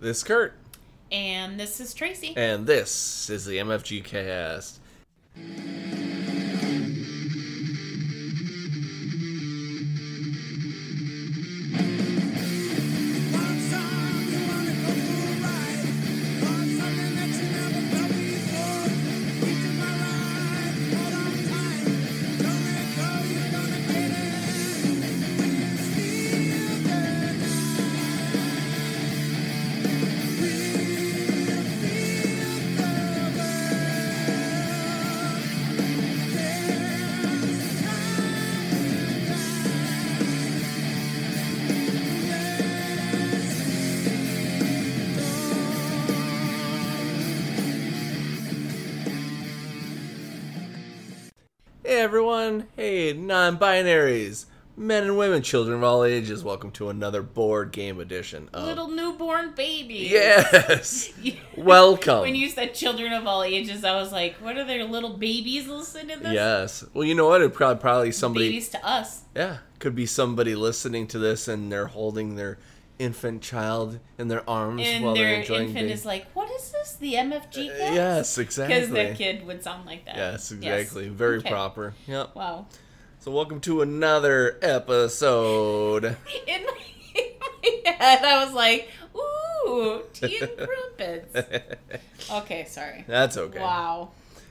This Kurt, And this is Tracy. and this is the MFG cast. Want some, you wanna go for a ride. Want something that you never felt before. Into my life, hold on tight. Don't let go, you're gonna get it. When you feel the night, feel, feel the world. There's time to die. Hey everyone, hey non-binaries, men and women, children of all ages, welcome to another board game edition of Little newborn baby. Yes, welcome. when you said children of all ages, I was like, what are their little babies listening to this? yes, well you know what? It probably probably somebody Babies to us. yeah could be somebody listening to this and they're holding their infant child in their arms And while their they're enjoying. infant being- is like, what is this? The MFG cast? yes, Because exactly. the kid would sound like that. Yes, exactly. Very Okay. proper. Yep. Wow. So welcome to another episode. In my, in my head, I was like, ooh, teen crumpets. Okay, sorry. That's okay. Wow.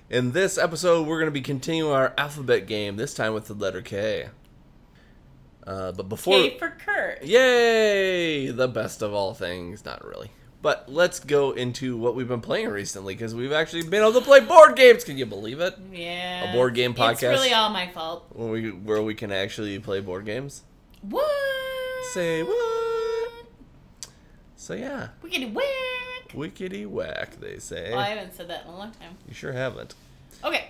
In this episode, we're going to be continuing our alphabet game, this time with the letter K. Uh, but before. K for Kurt. Yay! The best of all things. Not really. But let's go into what we've been playing recently because we've actually been able to play board games. Can you believe it? Yeah. A board game It's podcast. really all my fault. Where we, where we can actually play board games. What? Say what? So yeah, We can whack. wickety whack, they say. Well, Oh, I haven't said that in a long time. You sure haven't. Okay.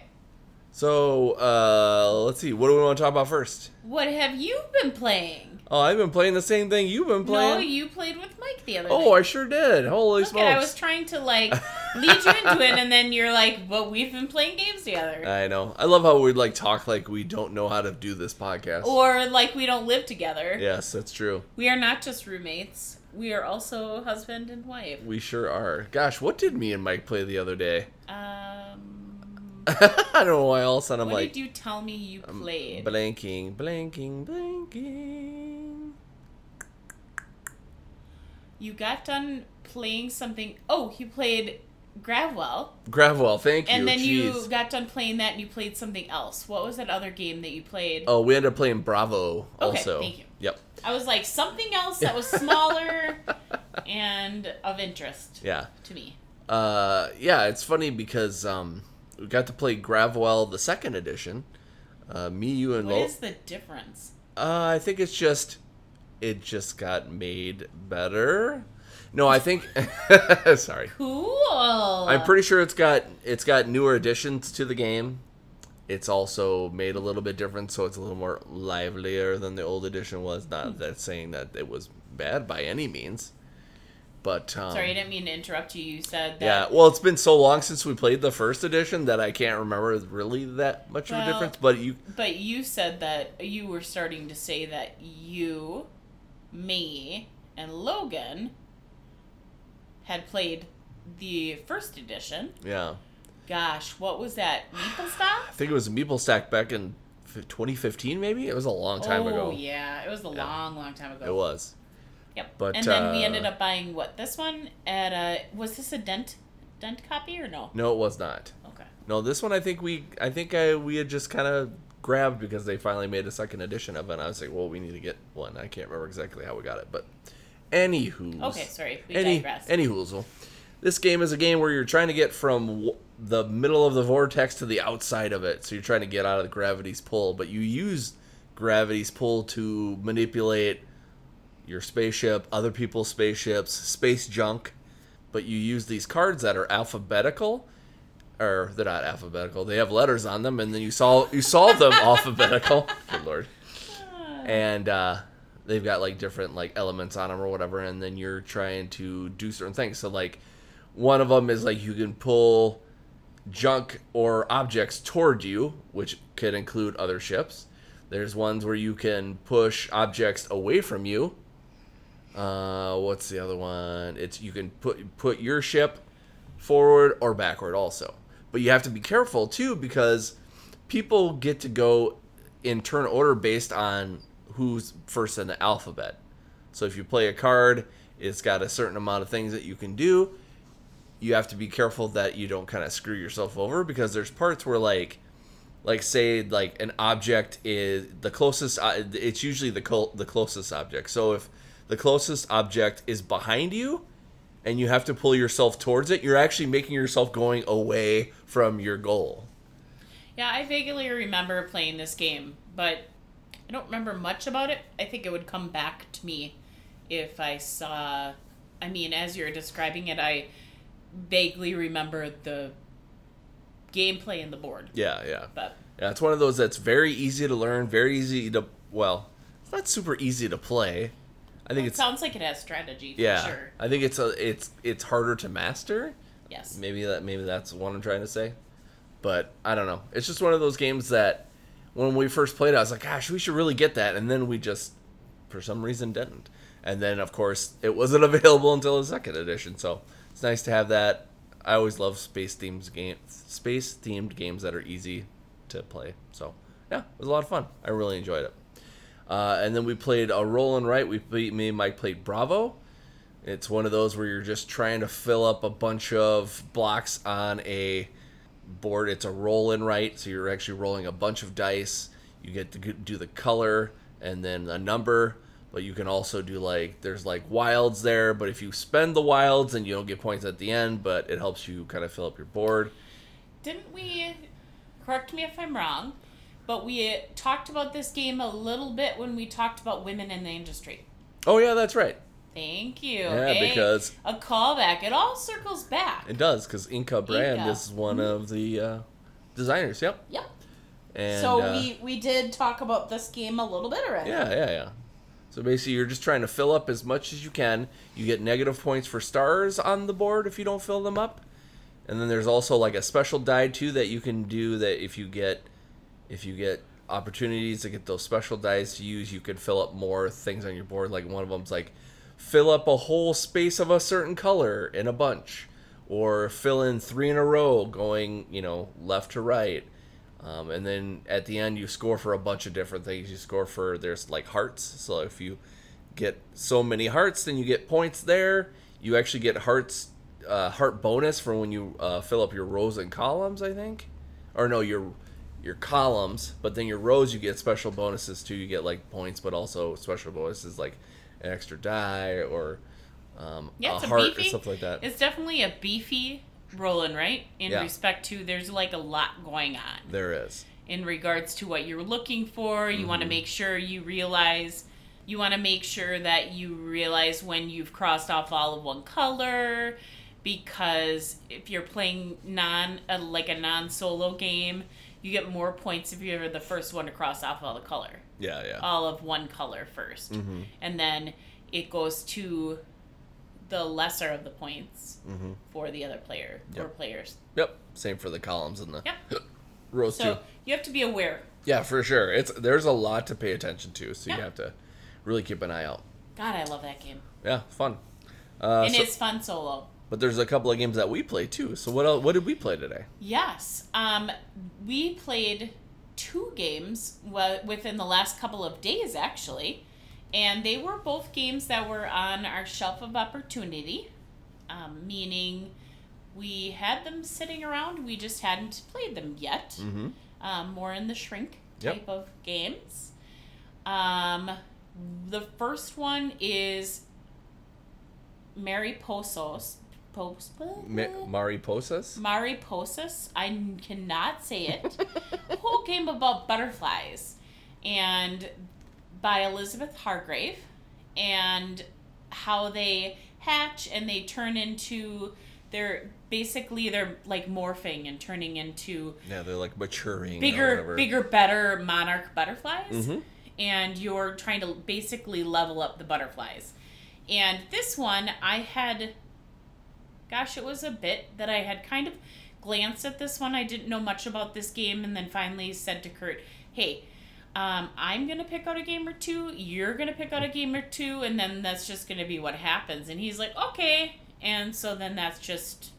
So uh, let's see. What do we want to talk about first? What have you been playing? Oh, I've been playing the same thing you've been playing. No, you played with Mike the other Oh, I night. sure did. Holy Look smokes. at, I was trying to like lead you into it, and then you're like, "But we've been playing games together," I know. I love how we like talk like we don't know how to do this podcast. or like we don't live together. yes, that's true. We are not just roommates; we are also husband and wife. We sure are. Gosh, what did me and Mike play the other day? Um, I don't know why all of a sudden I'm what like um, did you tell me you I'm played? blanking, blanking, blanking. you got done playing something. Oh, you played Gravwell. Gravwell, thank you. And then you Jeez. got done playing that and you played something else. What was that other game that you played? Oh, we ended up playing Bravo Okay, also. thank you. Yep. I was like, something else that was smaller and of interest Yeah. to me. uh, yeah, it's funny because um, we got to play Gravwell the second edition. Uh, me, you, and What Lo- is the difference? uh, I think it's just it just got made better. No, I think sorry. Cool. I'm pretty sure it's got it's got newer additions to the game. It's also made a little bit different, so it's a little more livelier than the old edition was. Hmm. Not that saying that it was bad by any means, but um, Sorry, I didn't mean to interrupt you. You said Yeah, that. well, it's been so long since we played the first edition that I can't remember really that much of a Well- difference. But you, But you said that you were starting to say that you, me, and Logan had played the first edition. yeah, Gosh, what was that? Maple Stop? I think it was Meeple Stack back in f- 2015, maybe it was a long time oh, ago. yeah, it was a long, long time ago. It was. Yep. but, and then we uh, ended up buying what this one at a was this a dent dent copy or no? No, it was not. Okay. No, this one I think we, I think I we had just kind of grabbed because they finally made a second edition of it. And I was like, well, we need to get one. I can't remember exactly how we got it, but anywho. Okay, sorry, we any digress. any hoozle. This game is a game where you're trying to get from w- the middle of the vortex to the outside of it. So you're trying to get out of the gravity's pull, but you use gravity's pull to manipulate your spaceship, other people's spaceships, space junk. But you use these cards that are alphabetical, or they're not alphabetical. They have letters on them, and then you solve you solve them alphabetical. Good lord and uh, they've got like different like elements on them or whatever, and then you're trying to do certain things. So like one of them is like you can pull junk or objects toward you, which could include other ships. There's ones where you can push objects away from you, Uh, what's the other one? It's you can put put your ship forward or backward also, but you have to be careful too because people get to go in turn order based on who's first in the alphabet. So if you play a card, it's got a certain amount of things that you can do. You have to be careful that you don't kind of screw yourself over because there's parts where like like say like an object is the closest uh, it's usually the col- the closest object. So if the closest object is behind you and you have to pull yourself towards it, you're actually making yourself going away from your goal. Yeah, I vaguely remember playing this game, but I don't remember much about it. I think it would come back to me if I saw. I mean, as you're describing it, I vaguely remember the gameplay and the board. Yeah, yeah. But Yeah, it's one of those that's very easy to learn, very easy to well, it's not super easy to play. I think it it's sounds like it has strategy for yeah. sure. I think it's a it's it's harder to master. Yes. Maybe that maybe that's what I'm trying to say. But I don't know. It's just one of those games that when we first played, I was like, gosh, we should really get that, and then we just for some reason didn't. And then of course it wasn't available until the second edition, so it's nice to have that. I always love space themes game space themed games that are easy to play. So yeah, it was a lot of fun. I really enjoyed it. Uh, and then we played a roll and write. We beat me and Mike played Bravo. It's one of those where you're just trying to fill up a bunch of blocks on a board. It's a roll and write, so you're actually rolling a bunch of dice. You get to g- do the color and then a number, but you can also do like there's like wilds there. But if you spend the wilds, then you don't get points at the end, but it helps you kind of fill up your board. Didn't we? Correct me if I'm wrong, but we talked about this game a little bit when we talked about women in the industry. Oh yeah, that's right. Thank you. Yeah, Hey, because- a callback. It all circles back. It does because Inca Brand Inca. Mm-hmm. is one of the uh, designers. Yep. yep. And so uh, we we did talk about this game a little bit already. Yeah, yeah, yeah. So basically, you're just trying to fill up as much as you can. You get negative points for stars on the board if you don't fill them up, and then there's also like a special die too that you can do that if you get if you get opportunities to get those special dies to use, you can fill up more things on your board. Like one of them's like fill up a whole space of a certain color in a bunch, or fill in three in a row going you know left to right. Um, and then at the end, you score for a bunch of different things. You score for there's like hearts. So if you get so many hearts, then you get points there. You actually get hearts uh, heart bonus for when you uh, fill up your rows and columns. I think, or no, your your columns. But then your rows, you get special bonuses too. You get like points, but also special bonuses like an extra die or um, Yeah, it's a a heart beefy- or stuff like that. It's definitely a beefy rolling, right? In Yeah. respect to there's like a lot going on There is. in regards to what you're looking for. You want to make sure you realize you want to make sure that you realize when you've crossed off all of one color because if you're playing non uh, like a non-solo game, you get more points if you're the first one to cross off all the color Yeah, yeah. all of one color 1st and then it goes to the lesser of the points for the other player or Yep. players. Yep. Same for the columns and the Yep. rows So too. you have to be aware. Yeah, for sure. It's there's a lot to pay attention to, so you Yeah. have to really keep an eye out. God, I love that game. Yeah, fun. Uh, and so- it's fun solo. but there's a couple of games that we play too. So what else, what did we play today? Yes. Um, we played two games wa- within the last couple of days, actually. And they were both games that were on our shelf of opportunity, um, meaning we had them sitting around. We just hadn't played them yet. Mm-hmm. um, more in the shrink Yep. type of games. Um, the first one is Mariposas. Pos- Mariposas. Mariposas. I n- cannot say it. Whole game about butterflies, and by Elizabeth Hargrave, and how they hatch and they turn into. They're basically they're like morphing and turning into Yeah, they're like maturing. or bigger, whatever. bigger, better monarch butterflies, Mhm. and you're trying to basically level up the butterflies. And this one, I had, gosh, it was a bit that I had kind of glanced at this one. I didn't know much about this game, and then finally said to Kurt, "Hey, Um, I'm gonna pick out a game or two. You're gonna pick out a game or two, and then that's just gonna be what happens. And he's like, okay. And so then that's just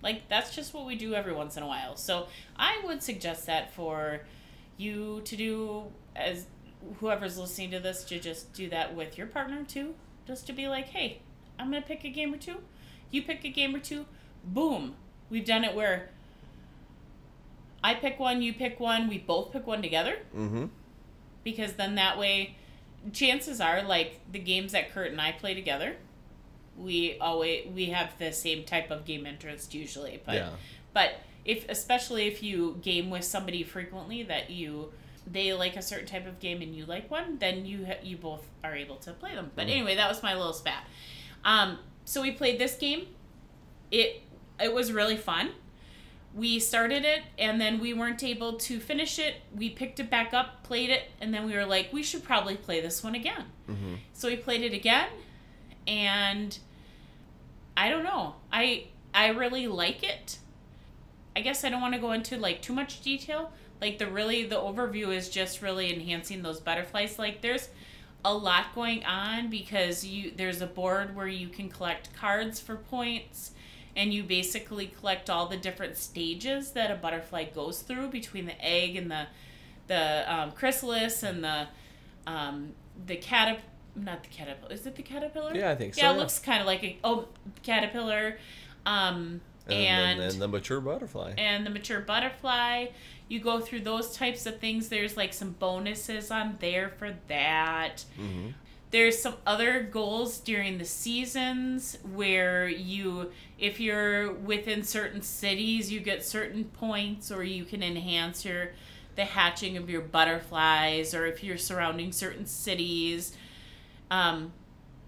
like that's just what we do every once in a while. So I would suggest that for you to do as whoever's listening to this to just do that with your partner too. Just to be like, hey, I'm gonna pick a game or two. You pick a game or two. Boom. We've done it where I pick one, you pick one, we both pick one together Mm-hmm. because then that way chances are like the games that Kurt and I play together we always we have the same type of game interest usually but Yeah. but if especially if you game with somebody frequently that you they like a certain type of game and you like one then you ha- you both are able to play them but Mhm. anyway that was my little spat um so we played this game it it was really fun we started it and then we weren't able to finish it we picked it back up played it and then we were like we should probably play this one again Mm-hmm. so we played it again and I don't know. I I really like it. I guess I don't want to go into like too much detail. Like the really the overview is just really enhancing those butterflies. Like there's a lot going on because you there's a board where you can collect cards for points and you basically collect all the different stages that a butterfly goes through between the egg and the the um, chrysalis and the um, the caterp not the caterpillar is it the caterpillar Yeah, I think so. yeah, it looks kind of like a oh caterpillar, um, and and, then- and the mature butterfly. and the mature butterfly. You go through those types of things. There's like some bonuses on there for that. Mm-hmm. There's some other goals during the seasons where you, if you're within certain cities, you get certain points, or you can enhance your the hatching of your butterflies, or if you're surrounding certain cities. Um,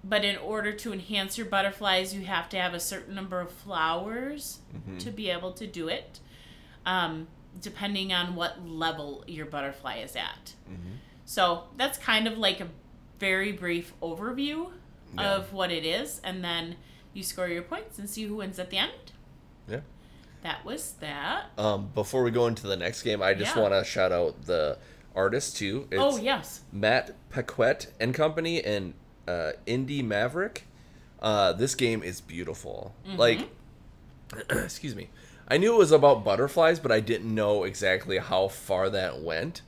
but in order to enhance your butterflies, you have to have a certain number of flowers to be able to do it, um, depending on what level your butterfly is at. Mm-hmm. So that's kind of like a very brief overview Yeah. of what it is, and then you score your points and see who wins at the end. Yeah. That was that. Um, before we go into the next game, I just Yeah. want to shout out the artist too. It's oh yes, Matt Paquette and Company and uh, Indie Maverick. Uh, this game is beautiful. Like, excuse me. I knew it was about butterflies, but I didn't know exactly how far that went.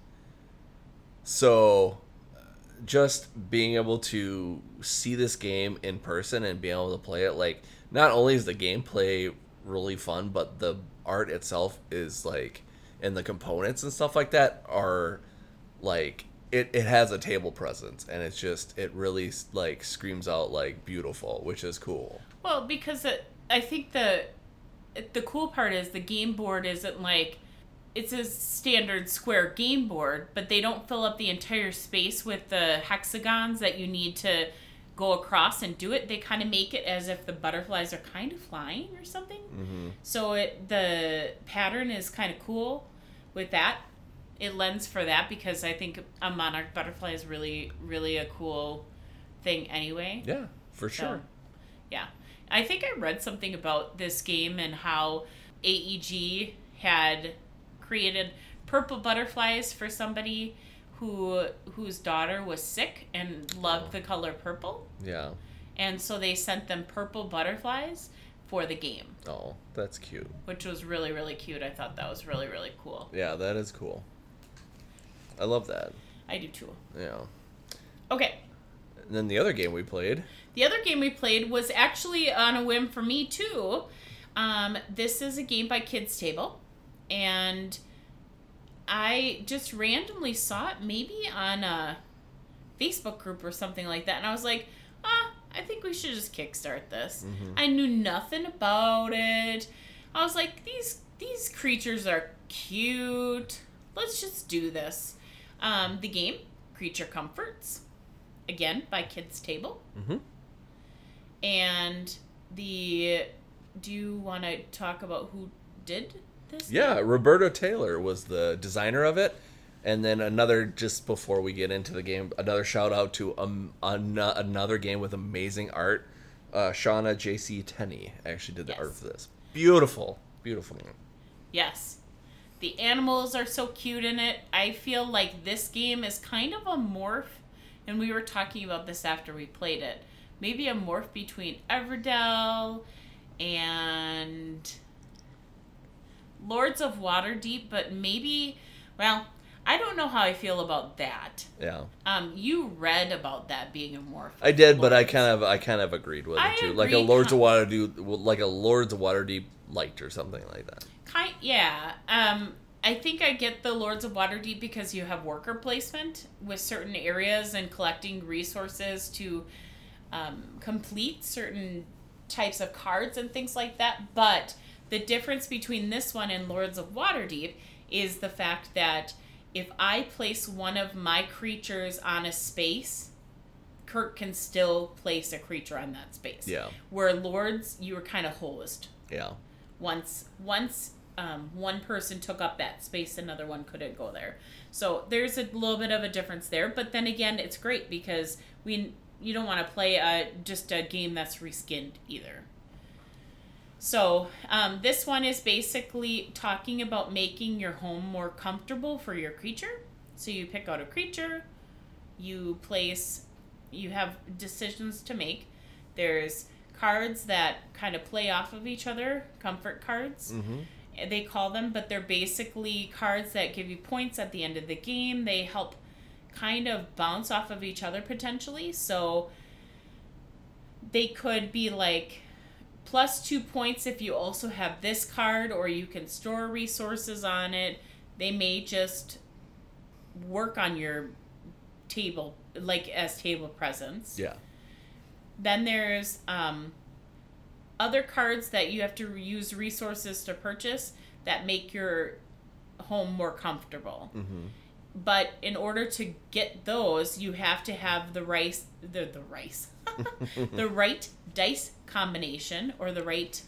So, just being able to see this game in person and being able to play it, like, not only is the gameplay really fun, but the art itself is like, and the components and stuff like that are like it, it has a table presence and it's just it really like screams out like beautiful which is cool Well, because it, I think the the cool part is the game board isn't like it's a standard square game board, but they don't fill up the entire space with the hexagons that you need to go across and do it. They kind of make it as if the butterflies are kind of flying or something. mm-hmm. So it the pattern is kind of cool with that. It lends for that because I think a monarch butterfly is really really a cool thing anyway. yeah for So, sure yeah. I think I read something about this game and how AEG had created purple butterflies for somebody who whose daughter was sick and loved the color purple yeah and so they sent them purple butterflies for the game oh that's cute which was really really cute i thought that was really really cool yeah that is cool i love that i do too yeah okay and then the other game we played The other game we played was actually on a whim for me too. Um, this is a game by Kids Table, and I just randomly saw it maybe on a Facebook group or something like that, and I was like, ah, I think we should just kickstart this. I knew nothing about it. I was like, these these creatures are cute. Let's just do this. Um, the game, Creature Comforts, again by Kids Table mm-hmm. and the do you want to talk about who did this yeah roberto taylor was the designer of it and then another just before we get into the game another shout out to um, an- another game with amazing art uh, shauna jc tenney actually did the art Yes. for this beautiful beautiful yes The animals are so cute in it. I feel like this game is kind of a morph, and we were talking about this after we played it. Maybe a morph between Everdell and Lords of Waterdeep, but maybe, well, I don't know how I feel about that. Yeah, Um, you read about that being a morph. I did, but I kind of, I kind of agreed with I it too. Like a agree Lords of com- Waterdeep, like a Lords of Waterdeep light or something like that. Kind, yeah. Um, I think I get the Lords of Waterdeep because you have worker placement with certain areas and collecting resources to um, complete certain types of cards and things like that. But the difference between this one and Lords of Waterdeep is the fact that if I place one of my creatures on a space, Kirk can still place a creature on that space. Yeah, Where Lords, you were kind of hosed yeah, once once um, one person took up that space another one couldn't go there so there's a little bit of a difference there but then again it's great because we you don't want to play a, just a game that's reskinned either so um, this one is basically talking about making your home more comfortable for your creature so you pick out a creature you place you have decisions to make there's cards that kind of play off of each other comfort cards hmm they call them, but they're basically cards that give you points at the end of the game. They help kind of bounce off of each other potentially. So they could be like plus two points if you also have this card, or you can store resources on it. They may just work on your table, like as table presence. yeah, Then there's um, other cards that you have to use resources to purchase that make your home more comfortable. hmm But in order to get those, you have to have the rice, the the rice, the right dice combination or the right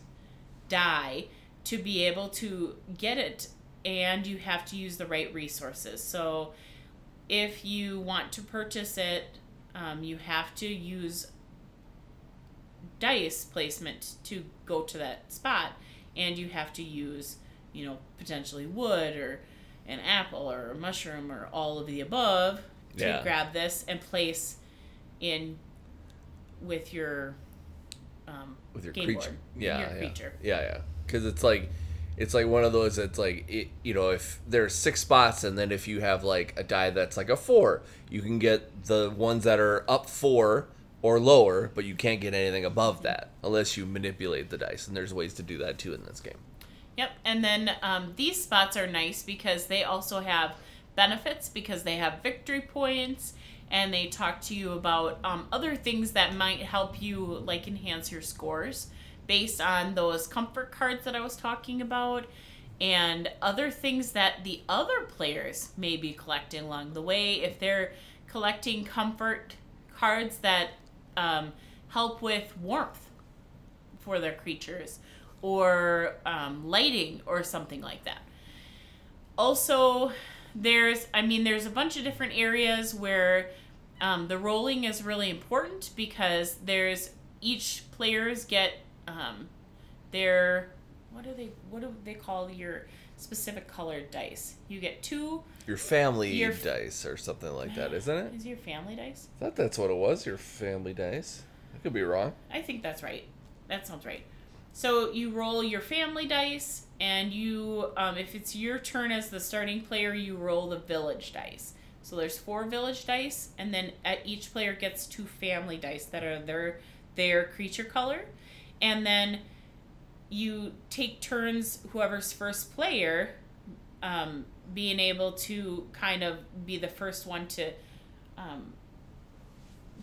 die to be able to get it, and you have to use the right resources. So, if you want to purchase it, um, you have to use dice placement to go to that spot and you have to use you know potentially wood or an apple or a mushroom or all of the above to Yeah. grab this and place in with your um, with your game creature. board, Yeah, your yeah, creature yeah, yeah. Because it's like, it's like one of those that's like, it, you know, if there's six spots, and then if you have like a die that's like a four, you can get the ones that are up four or lower, but you can't get anything above that unless you manipulate the dice. And there's ways to do that too in this game. Yep, and then um, these spots are nice because they also have benefits because they have victory points and they talk to you about um, other things that might help you like enhance your scores based on those comfort cards that I was talking about and other things that the other players may be collecting along the way if they're collecting comfort cards that um, help with warmth for their creatures or um, lighting or something like that. Also, there's, I mean, there's a bunch of different areas where um, the rolling is really important because there's each players get um, their what do they what do they call your specific colored dice? You get two. Your family Your f- dice or something like that, isn't it? Is your family dice? I thought that's what it was. Your family dice. I could be wrong. I think that's right. That sounds right. So you roll your family dice, and you, um, if it's your turn as the starting player, you roll the village dice. So there's four village dice, and then at each player gets two family dice that are their their creature color, and then you take turns. Whoever's first player, um, being able to kind of be the first one to um,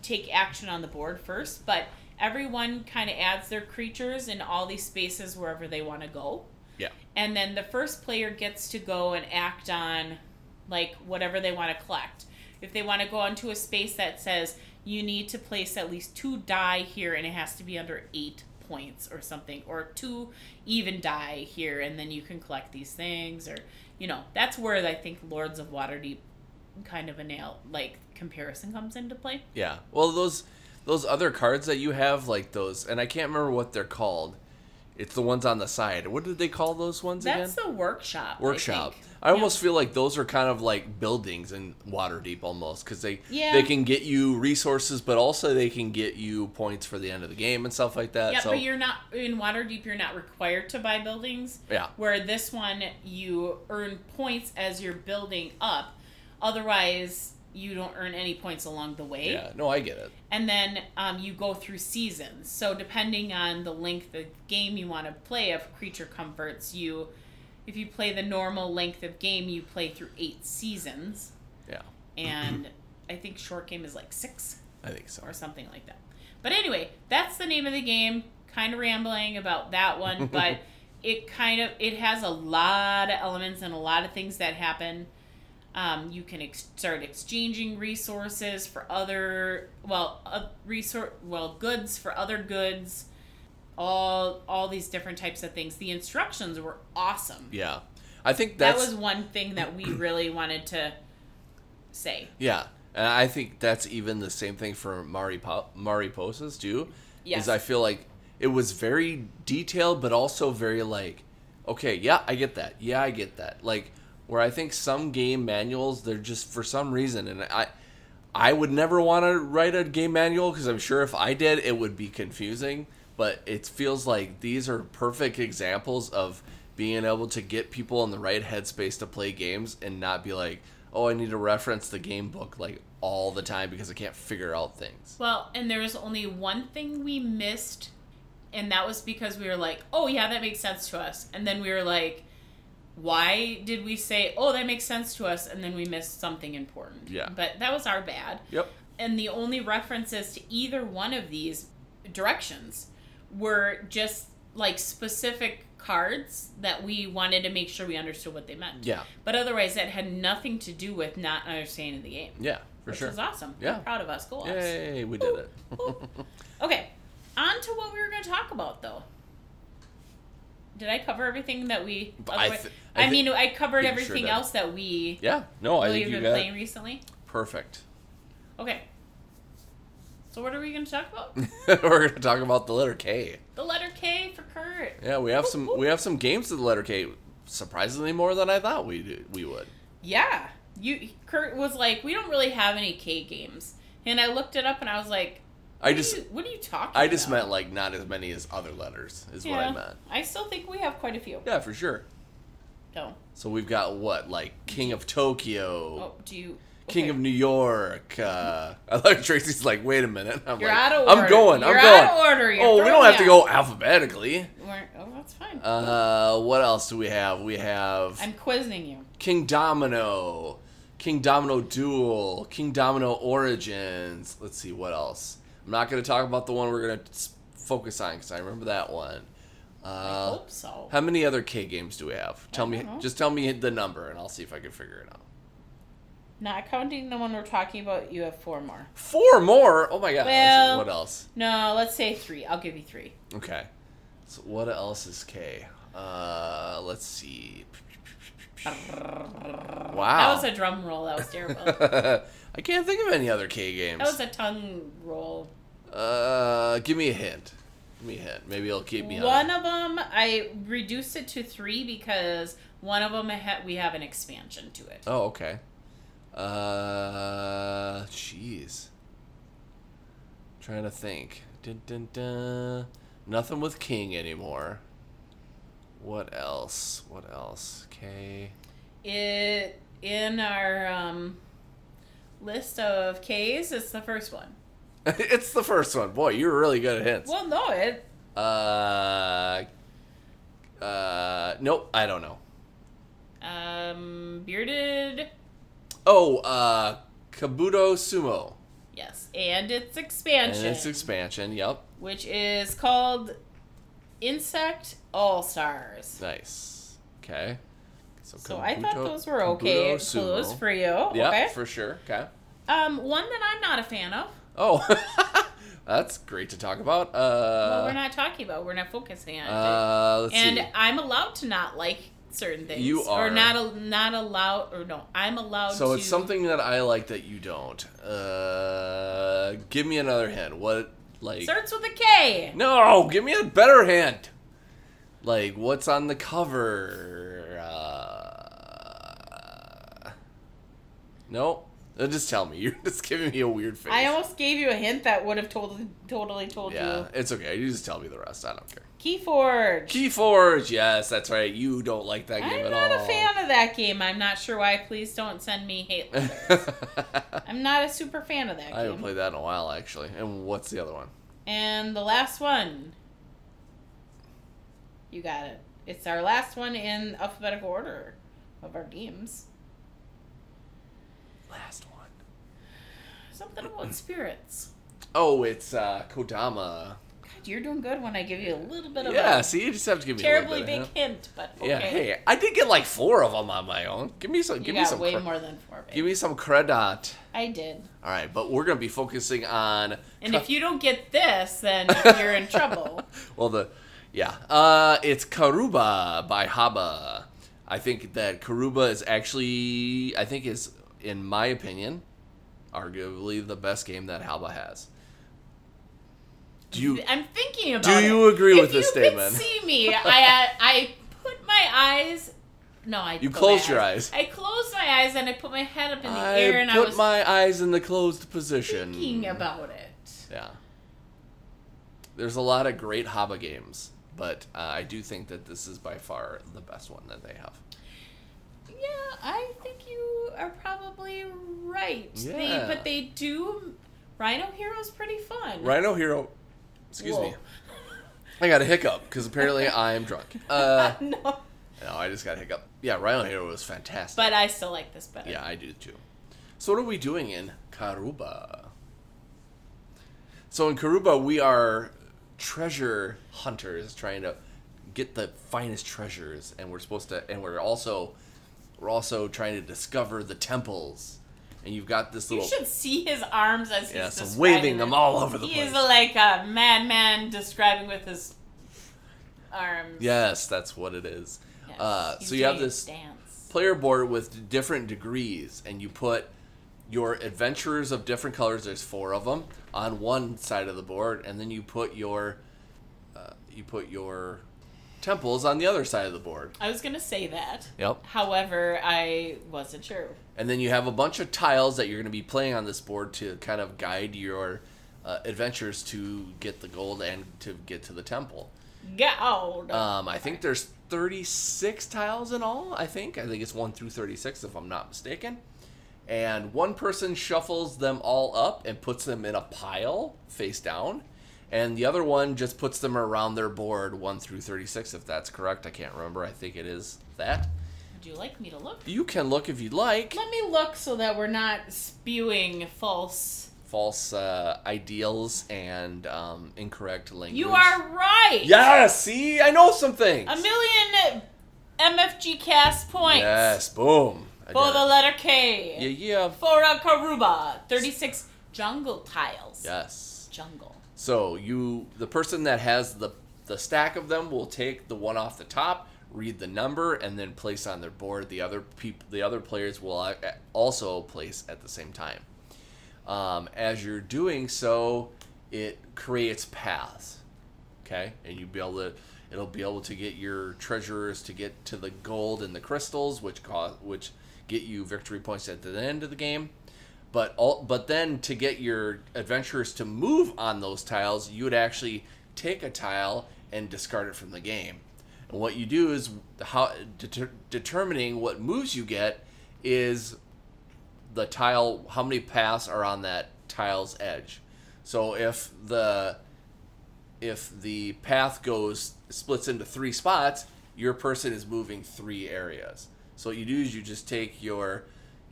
take action on the board first, but everyone kind of adds their creatures in all these spaces wherever they want to go. Yeah. And then the first player gets to go and act on like whatever they want to collect. If they want to go onto a space that says you need to place at least two die here and it has to be under 8 points or something or two even die here and then you can collect these things or you know, that's where I think Lords of Waterdeep kind of a nail like comparison comes into play. Yeah. Well, those those other cards that you have, like those, and I can't remember what they're called. It's the ones on the side. What did they call those ones again? That's the workshop. I workshop. think. I, almost feel like those are kind of like buildings in Waterdeep almost because they Yeah. they can get you resources, but also they can get you points for the end of the game and stuff like that. Yeah, so but you're not in Waterdeep. You're not required to buy buildings. Yeah. Where this one, you earn points as you're building up. Otherwise, you don't earn any points along the way. yeah, no, I get it. And then um, you go through seasons. So depending on the length of game you want to play of creature comforts, you, if you play the normal length of game, you play through eight seasons. Yeah, And I think short game is like six I think so. or something like that. But anyway, that's the name of the game. Kind of rambling about that one, but it kind of it has a lot of elements and a lot of things that happen. Um, you can ex- start exchanging resources for other well uh, resource well goods for other goods. All all these different types of things. The instructions were awesome. Yeah, I think that that's was one thing that we really wanted to say. Yeah, and I think that's even the same thing for Mari Po- Mariposas too. Yes. Is I feel like it was very detailed, but also very like, okay, yeah, I get that. Yeah, I get that. Like where I think some game manuals, they're just for some reason, and I. I would never want to write a game manual because I'm sure if I did, it would be confusing. But it feels like these are perfect examples of being able to get people in the right headspace to play games and not be like, oh, I need to reference the game book like all the time because I can't figure out things. Well, and there was only one thing we missed, and that was because we were like, oh, yeah, that makes sense to us. And then we were like, why did we say, oh, that makes sense to us? And then we missed something important. Yeah. But that was our bad. Yep. And the only references to either one of these directions were just like specific cards that we wanted to make sure we understood what they meant. Yeah. But otherwise, that had nothing to do with not understanding the game. Yeah, for which sure. was awesome. I'm Yeah. proud of us. Go us. Yay, we did it. Okay, on to what we were going to talk about, though. Did I cover everything that we? I otherwise- thi- I I, thi- mean, I covered think you sure everything did. else that we yeah, no, I really think have you been got playing it. recently. perfect. Okay. So what are we going to talk about? We're going to talk about the letter K. the letter K for Kurt. Yeah, we have some we have some games to the letter K. Surprisingly, more than I thought we do, we would. Yeah, you Kurt was like, we don't really have any K games, and I looked it up and I was like, I what are just you- what are you talking? I just about? meant like not as many as other letters is what I meant. I still think we have quite a few. Yeah, for sure. No. So we've got what like King of Tokyo, Oh, do you? King okay. of New York. Uh, I like Tracy's like, wait a minute. I'm You're like, out of I'm order. going. You're I'm going. out of order. You're oh, we don't throwing have me to go off. alphabetically. We're- oh, that's fine. Uh, what else do we have? We have I'm quizzing you. King Domino, King Domino Duel, King Domino Origins. Let's see what else. I'm not going to talk about the one we're going to focus on because I remember that one. I Uh, hope so. how many other K games do we have? Tell me, don't know. just tell me the number, and I'll see if I can figure it out. Not counting the one we're talking about, you have four more. Four more. Oh my god. Let's see, Well- what else? No, let's say three. I'll give you three. Okay. So what else is K? Uh, let's see. That Wow. was a drum roll. That was terrible. that I can't think of any other K games. was a tongue roll. Uh, give me a hint. Give me a hint. Maybe it'll keep me on. One of them, I reduced it to three because one of them we have an expansion to it. Oh, okay. Uh, jeez. Trying to think. Dun, dun, dun. Nothing with king anymore. What else? What else? K. It in our um, list of K's. It's the first one. it's the first one. Boy, you're really good at hints. Well, no, it. Uh. Uh. Nope. I don't know. Um, bearded. Oh. Uh. Kabuto Sumo. Yes, and its And expansion. its expansion. Yep. which is called Insect All Stars. Nice. Okay. So I thought Kabuto- those were okay Kabuto Sumo. clues for you. Yeah, okay. for sure. Okay. um, one that I'm not a fan of. Oh, that's great to talk about. Uh, well, we're not talking about. We're not focusing on it. uh, let's And see. I'm allowed to not like certain things. You are. or not a, not allowed or no. I'm allowed. So to, it's something that I like that you don't. Uh, give me another hint. What like? starts with a K. No, give me a better hint. Like, what's on the cover? Uh, no, Uh, just tell me. You're just giving me a weird face. I almost gave you a hint that would have totally, totally told yeah, you. it's okay. You just tell me the rest. I don't care. Keyforge. Keyforge, yes, that's right. You don't like that game I'm at not all. a fan of that game. I'm not sure why. Please don't send me hate. letters. I'm not a super fan of that I haven't game. played that in a while, actually. And what's the other one? And the last one. You got it. It's our last one in alphabetical order of our games. Last one. Something about spirits. Oh, it's uh, Kodama. God, you're doing good when I give you a little bit of Yeah, a see, you just have to give me terribly a big little bit hint, but okay. Yeah, hey, I did get like four of them on my own. Give me some. you Give me got some. way cre- more than four. Babe. Give me some credit. I did. All right, but we're gonna be focusing on. And if you don't get this, then you're in trouble. well, the yeah, uh, it's Karuba by Haba. I think that Karuba is actually, I think is, in my opinion, arguably the best game that Haba has. Do you? I'm thinking about. Do it. you agree If with this you statement? Could see me. I uh, I put my eyes. No, I. You put my closed your eyes. I closed my eyes and I put my head up in the I air and I put was my eyes in the closed position. thinking about it. Yeah. There's a lot of great Haba games, but uh, I do think that this is by far the best one that they have. Yeah, I think you are probably right. Yeah. They, but they do. Rhino Hero's pretty fun. Rhino Hero. Excuse me. Whoa. I got a hiccup because apparently I am drunk. Uh, no, no, I just got a hiccup. Yeah, Rhino Hero was fantastic. but I still like this better. yeah, I do too. So what are we doing in Karuba? So in Karuba, we are treasure hunters trying to get the finest treasures, and we're supposed to, and we're also, we're also trying to discover the temples. And you've got this You little should see his arms as yeah, he's so describing waving them it. all over the He place. is like a madman describing with his arms. yes, that's what it is. Yes. Uh, He's so you have doing this dance. player board with different degrees, and you put your adventurers of different colors. There's four of them on one side of the board, and then you put your uh, you put your temples on the other side of the board. I was gonna say that. Yep. However, I wasn't sure. And then you have a bunch of tiles that you're going to be playing on this board to kind of guide your uh, adventures to get the gold and to get to the temple. God. Um, I think there's 36 tiles in all. I think I think it's one through 36 if I'm not mistaken. And one person shuffles them all up and puts them in a pile face down, and the other one just puts them around their board one through 36 if that's correct. I can't remember. I think it is that. Would you like me to look? You can look if you'd like. Let me look so that we're not spewing false. False uh, ideals and um, incorrect language. You are right. Yeah. See, I know some things. A million MFG cast points Yes. Boom. I for did the it. letter K. yeah. Yeah. For a Karuba, thirty-six jungle tiles. Yes. Jungle. So you, the person that has the the stack of them, will take the one off the top, read the number, and then place on their board. The other people, the other players will uh, also place at the same time. Um, as you're doing so, it creates paths. Okay, and you be able to, it'll be able to get your treasurers to get to the gold and the crystals, which cause which get you victory points at the end of the game. But all, but then to get your adventurers to move on those tiles, you would actually take a tile and discard it from the game. And what you do is how deter, determining what moves you get is the tile how many paths are on that tile's edge. So if the if the path goes splits into three spots, your person is moving three areas. So what you do is you just take your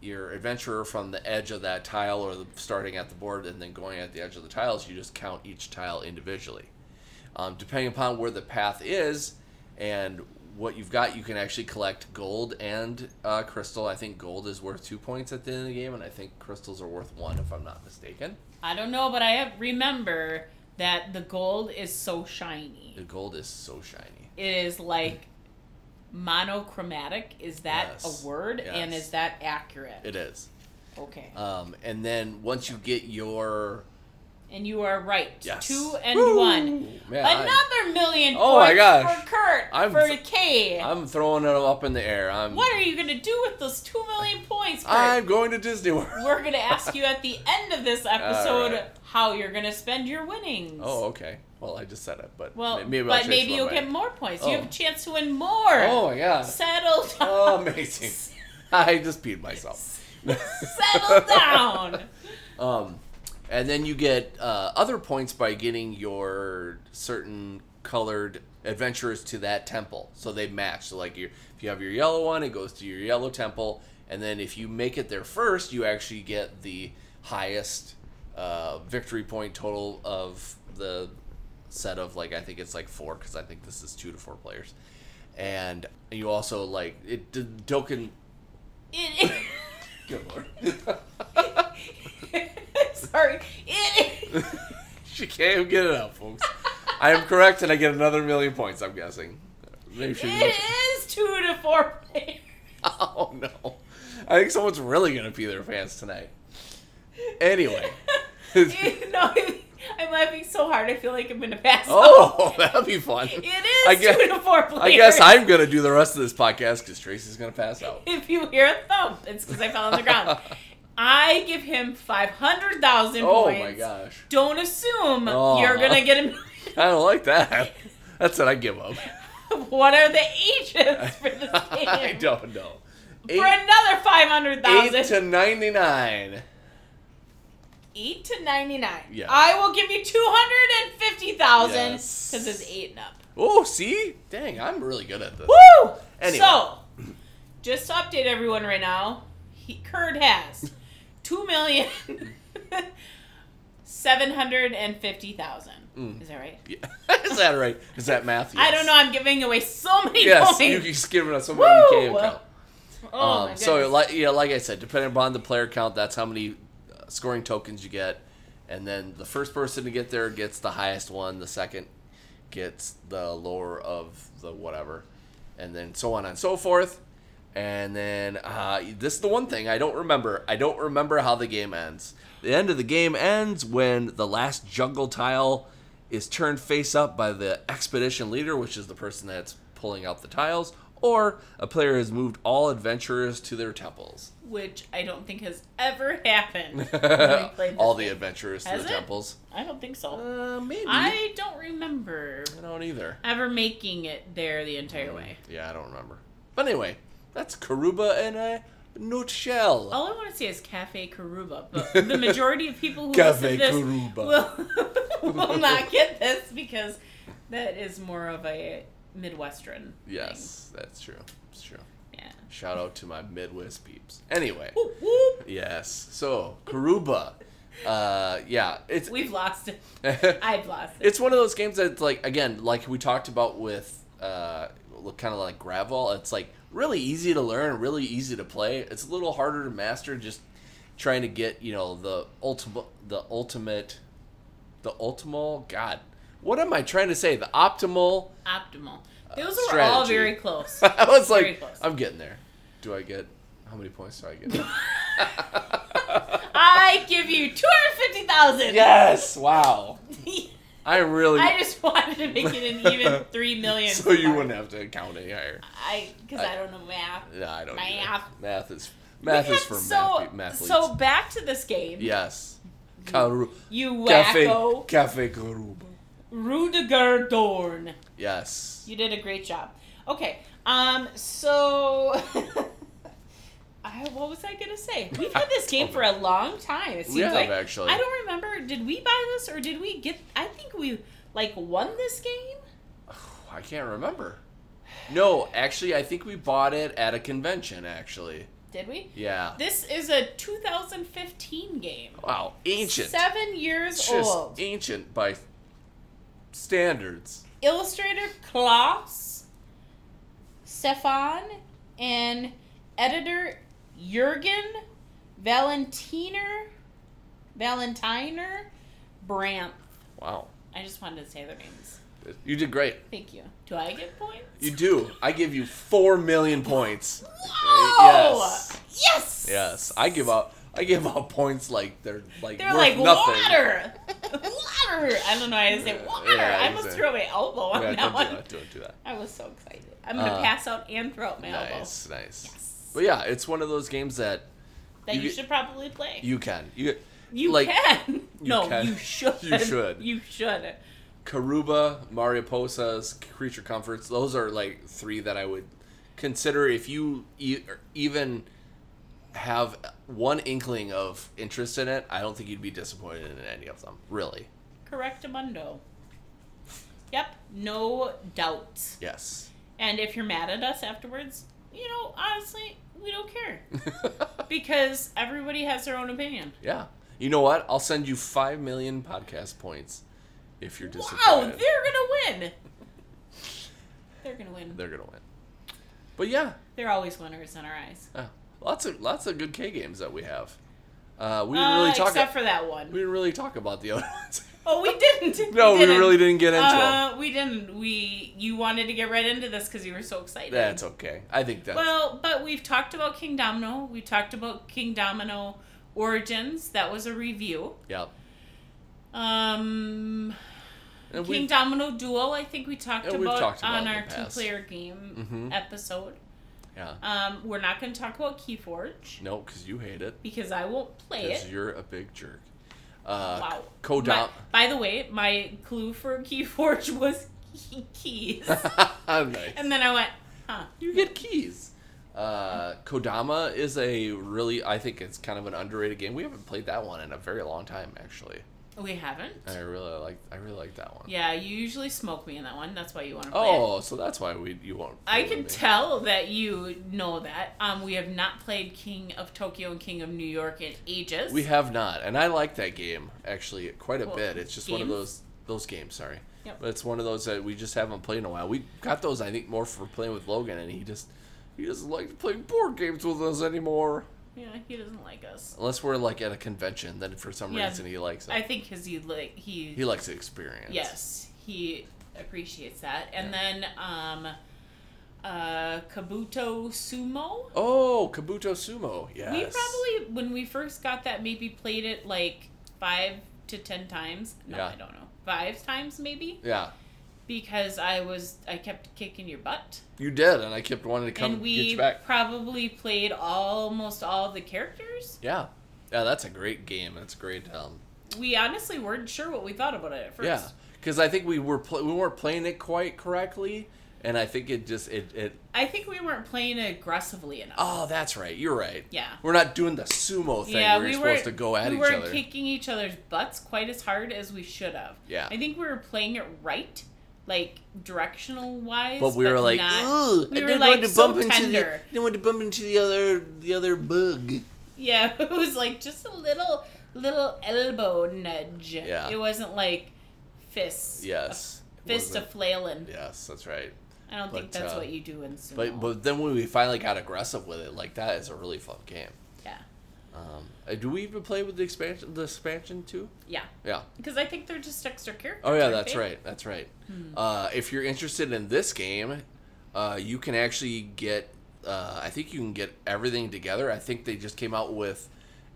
your adventurer from the edge of that tile or the, starting at the board and then going at the edge of the tiles, you just count each tile individually. Um, depending upon where the path is and what you've got, you can actually collect gold and uh, crystal. I think gold is worth two points at the end of the game, and I think crystals are worth one, if I'm not mistaken. I don't know, but I have remember that the gold is so shiny. The gold is so shiny. It is like monochromatic. Is that Yes. a word? And Yes. is that accurate? It is. okay. Um, and then once you get your and you are right. Yes. Two and one. Man, I- Another million Oh my points gosh. for Kurt. I'm for a K. I'm throwing it up in the air. I'm what are you gonna do with those two million points? Bert? I'm going to Disney World. We're gonna ask you at the end of this episode All right. how you're gonna spend your winnings. Oh, okay. Well, I just said it, but well, may- maybe I'll but change maybe my you'll mind. get more points. Oh. You have a chance to win more. Oh my god. settle down. Oh, amazing. I just peed myself. settle down. Um, and then you get uh, other points by getting your certain colored adventurers to that temple. So they match. So like your, if you have your yellow one, it goes to your yellow temple, and then if you make it there first, you actually get the highest uh, victory point total of the set of like I think it's like four because I think this is two to four players, and you also like it. The token. It, Good lord. sorry. It, She can't get it out, folks. I am correct, and I get another million points. I'm guessing. Maybe she it is two to four players. Oh no! I think someone's really gonna pee their pants tonight. Anyway. no, I'm laughing so hard. I feel like I'm gonna pass. out. oh, that'll be fun. It is I guess- two to four players. I guess I'm gonna do the rest of this podcast because Tracy's gonna pass out. If you hear a thump, it's because I fell on the ground. I give him five hundred thousand Oh points. my gosh! Don't assume Oh. you're gonna get a. million. I don't like that. That's it. I give up. what are the agents for this game? I don't know. For Eight, another five hundred thousand. eight to ninety-nine. eight to ninety nine. Yeah. I will give you two hundred and fifty thousand Yes. because it's eight and up. Oh, see? Dang, I'm really good at this. Woo! Anyway. So, just to update everyone right now, he, Kurd has two million seven hundred and fifty thousand. Mm. Is that right? Yeah. Is that right? Is that math? I don't know. I'm giving away so many Yes, you points. can just give it us somebody you can't Woo! count. oh my um, so, goodness. like, yeah, like I said, depending upon the player count, that's how many uh, scoring tokens you get, and then the first person to get there gets the highest one. The second gets the lower of the whatever, and then so on and so forth. And then uh, this is the one thing I don't remember. I don't remember how the game ends. The end of the game ends when the last jungle tile is turned face up by the expedition leader, which is the person that's pulling out the tiles, or a player has moved all adventurers to their temples. which I don't think has ever happened. we played this all the game. adventurers to Has the it? temples. I don't think so. Uh, maybe. I, I don't remember don't either. ever making it there the entire way. Yeah, I don't remember. But anyway, that's Karuba in a nutshell. All I want to say is Cafe Karuba, but the majority of people who Cafe listen to this Karuba. Will, will not get this because that is more of a Midwestern. Yes, that's true. It's true. Thing. Yeah. Shout out to my Midwest peeps. Anyway, Whoop, whoop. yes. So Karuba, uh, yeah, it's We've lost it. I've lost it. it's one of those games that's like again, like we talked about with uh, kind of like Gravol. It's like really easy to learn, really easy to play. It's a little harder to master. Just trying to get you know the ultimate, the ultimate, the ultimal. God, what am I trying to say? The optimal. Optimal. Those are all strategy. very close. I was Very like, close. I'm getting there. Do I get how many points do I get? I give you two hundred fifty thousand. yes! Wow! I really. I just wanted to make it an even three million. so you wouldn't have to count any higher. I because I, don't know math. No, I don't. Math. Math. Math is math is Because- for so, math. math so back to this game. yes. Karu- You cafe wacko. cafe Karuba. Rudiger Dorn. Yes. You did a great job. Okay. Um. So, I, what was I gonna say? We've had this game for a long time. It seems We have, like actually. I don't remember. Did we buy this or did we get? I think we like won this game. I can't remember. No, actually, I think we bought it at a convention. Actually, Did we? yeah. This is a 2015 game. Wow, ancient. Seven years It's just old. ancient by standards. Illustrator Klaus, Stefan, and editor Jurgen Valentiner, Valentiner Brandt. Wow, I just wanted to say their names. you did great. Thank you. Do I get points? You do. I give you four million points. Whoa! Yes. Yes. Yes. I give out. I give out points like they're like They're worth like nothing. water, water. I don't know. I say water. yeah, I must exactly. throw my elbow on Yeah, that don't, one. do that. don't do that. I was so excited. I'm gonna Uh, pass out and throw out my elbow. Nice, nice. But yeah, it's one of those games that That you, You get- should probably play. you can. You You like can. no, can. you should. You should. You should. Karuba, Mariposas, Creature Comforts. Those are like three that I would consider if you e- or even have one inkling of interest in it. I don't think you'd be disappointed in any of them, really. Correctamundo. Yep, no doubt. Yes. And if you're mad at us afterwards, you know, honestly, we don't care because everybody has their own opinion. yeah. You know what? I'll send you five million podcast points if you're disappointed. Wow, they're gonna win. They're gonna win. They're gonna win. But yeah, They're always winners in our eyes. yeah. lots of lots of good K games that we have. Uh, we didn't Uh, really talk. except for that one. we didn't really talk about the other ones. oh, we didn't. no, we didn't. really didn't get into 'em. Uh, we didn't. We you wanted to get right into this because you were so excited. That's okay. I think that's Well, but we've talked about King Domino. We talked about King Domino Origins. That was a review. yeah. Um, And King we, Domino Duo. I think we talked, Yeah, about, we've talked about on in our the past. two-player game Mhm. episode. yeah. Um, we're not going to talk about Keyforge No, because you hate it. because I won't play Because it. you're a big jerk. Uh, Wow. Kodom. My, by the way, my clue for Keyforge was key- keys, nice. and then I went, huh? you get keys. Uh, Kodama is a really, I think it's kind of an underrated game. We haven't played that one in a very long time, actually. We haven't. I really like, I really like that one. Yeah, you usually smoke me in that one. That's why you want to play it. Oh, so that's why we you won't. I play can with me. tell that you know that. Um, we have not played King of Tokyo and King of New York in ages. We have not, and I like that game actually quite a Well, bit. It's just one of games? those those games. Sorry, Yep. but it's one of those that we just haven't played in a while. We got those, I think, more for playing with Logan, and he just he doesn't like to play board games with us anymore. yeah, he doesn't like us. Unless we're like at a convention, then for some Yeah, reason he likes it. I think because he like he, he likes the experience. yes he appreciates that. And Yeah. then um, uh, Kabuto Sumo. Oh, Kabuto Sumo. Yes. We probably when we first got that maybe played it like five to ten times. No, Yeah. I don't know, five times maybe Yeah, because I was I kept kicking your butt. you did, and I kept wanting to come and we get you back. probably played almost all the characters. Yeah, yeah, that's a great game. That's great. Um, We honestly weren't sure what we thought about it at first. Yeah, because I think we were pl- we weren't playing it quite correctly, and I think it just it, it I think we weren't playing aggressively enough. oh that's right you're right Yeah. we're not doing the sumo thing yeah, where we you're weren't supposed to go at we each weren't other kicking each other's butts quite as hard as we should have. Yeah. I think we were playing it right, like directional wise. but we were like not, Ugh, we I were, don't like, want to so bump into the tender. I don't want to bump into the other the other bug yeah, it was like just a little little elbow nudge. Yeah. it wasn't like fists. yes a fist a Wasn't- flailing. yes that's right I don't think But, that's uh, what you do in sumo. but but then when we finally got aggressive with it like that is a really fun game yeah, um uh, do we even play with the expansion the expansion too yeah, yeah because I think they're just extra characters. Oh yeah, aren't that's they? right. That's right. Hmm. Uh, if you're interested in this game, uh, you can actually get. Uh, I think you can get everything together. I think they just came out with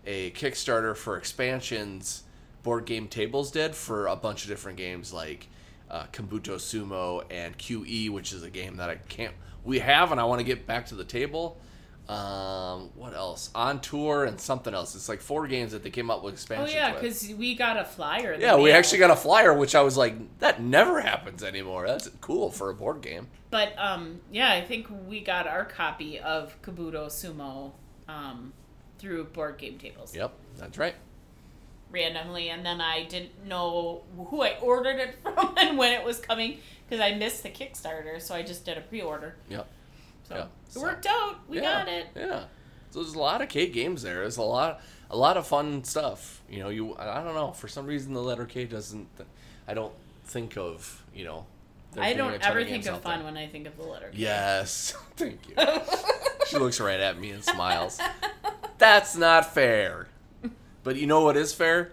a Kickstarter for expansions. Board game tables did for a bunch of different games like uh, Kombuto Sumo and QE, which is a game that I can't. We have and I want to get back to the table. Um, what else? On tour and something else. It's like four games that they came up with Oh expansions. yeah, with. because we got a flyer. in the Yeah, we mail. actually got a flyer, which I was like, that never happens anymore. That's cool for a board game. But um, yeah, I think we got our copy of Kabuto Sumo, um, through board game tables Yep, that's right. randomly, and then I didn't know who I ordered it from and when it was coming because I missed the Kickstarter, so I just did a pre-order. Yep. So Yeah, it so- worked out. We Yeah, got it. Yeah. So there's a lot of K games there. There's a lot, a lot of fun stuff. You know, you I don't know for some reason the letter K doesn't. I don't think of you know. there I being a don't ton ever games think of out there. fun when I think of the letter. Yes, thank you. she looks right at me and smiles. That's not fair. But you know what is fair?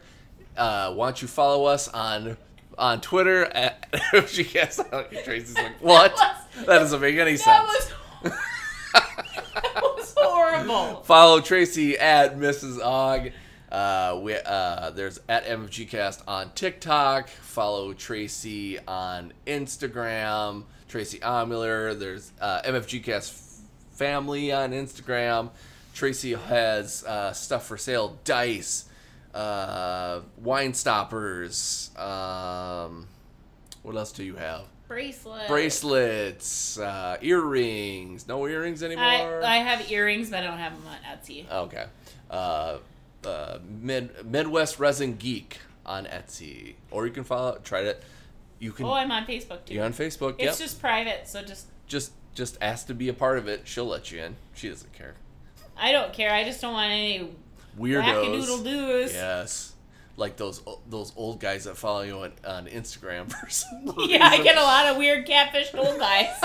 Uh, why don't you follow us on on Twitter? At, she gets out. Tracy's like, what? That was- That doesn't make any That sense. was that was horrible. horrible. Follow Tracy at Mrs. Og. Uh, we, uh, there's at MFGcast on TikTok. Follow Tracy on Instagram. Tracy Omuler. There's uh, MFGcast family on Instagram. Tracy has uh, stuff for sale, dice, uh, wine stoppers. Um, what else do you have? Bracelet. Bracelets, uh, earrings. No earrings anymore. I, I have earrings, but I don't have them on Etsy. Oh, Okay. Uh, uh, Mid- Midwest Resin Geek on Etsy, or you can follow. Try to. You can. Oh, I'm on Facebook too. you're on Facebook. It's yep. just private, so just Just just ask to be a part of it. She'll let you in. She doesn't care. I don't care. I just don't want any Weirdos. wackadoodle doos. Yes. Like those o- those old guys that follow you on, on Instagram for some Yeah, I reason. get a lot of weird catfish old guys.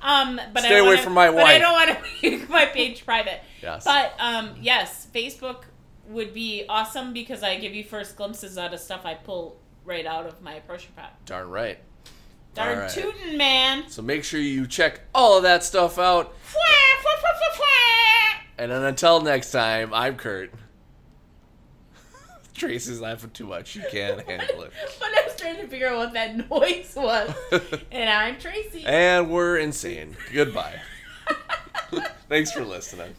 um, but Stay I don't away wanna, from my But I wife. don't want to make my page private. Yes. But um, yes, Facebook would be awesome because I give you first glimpses out of stuff I pull right out of my pressure pot. Darn right. Darn Alright. tootin', man. So make sure you check all of that stuff out. Fwah, fwah, fwah, fwah, fwah. And then until next time, I'm Kurt. Tracy's laughing too much. She can't handle it. But I was trying to figure out what that noise was. and I'm Tracy. And we're insane. Goodbye. Thanks for listening.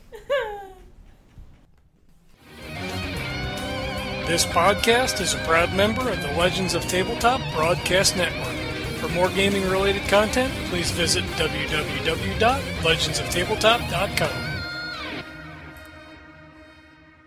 This podcast is a proud member of the Legends of Tabletop Broadcast Network. For more gaming related content, please visit www.legendsoftabletop.com.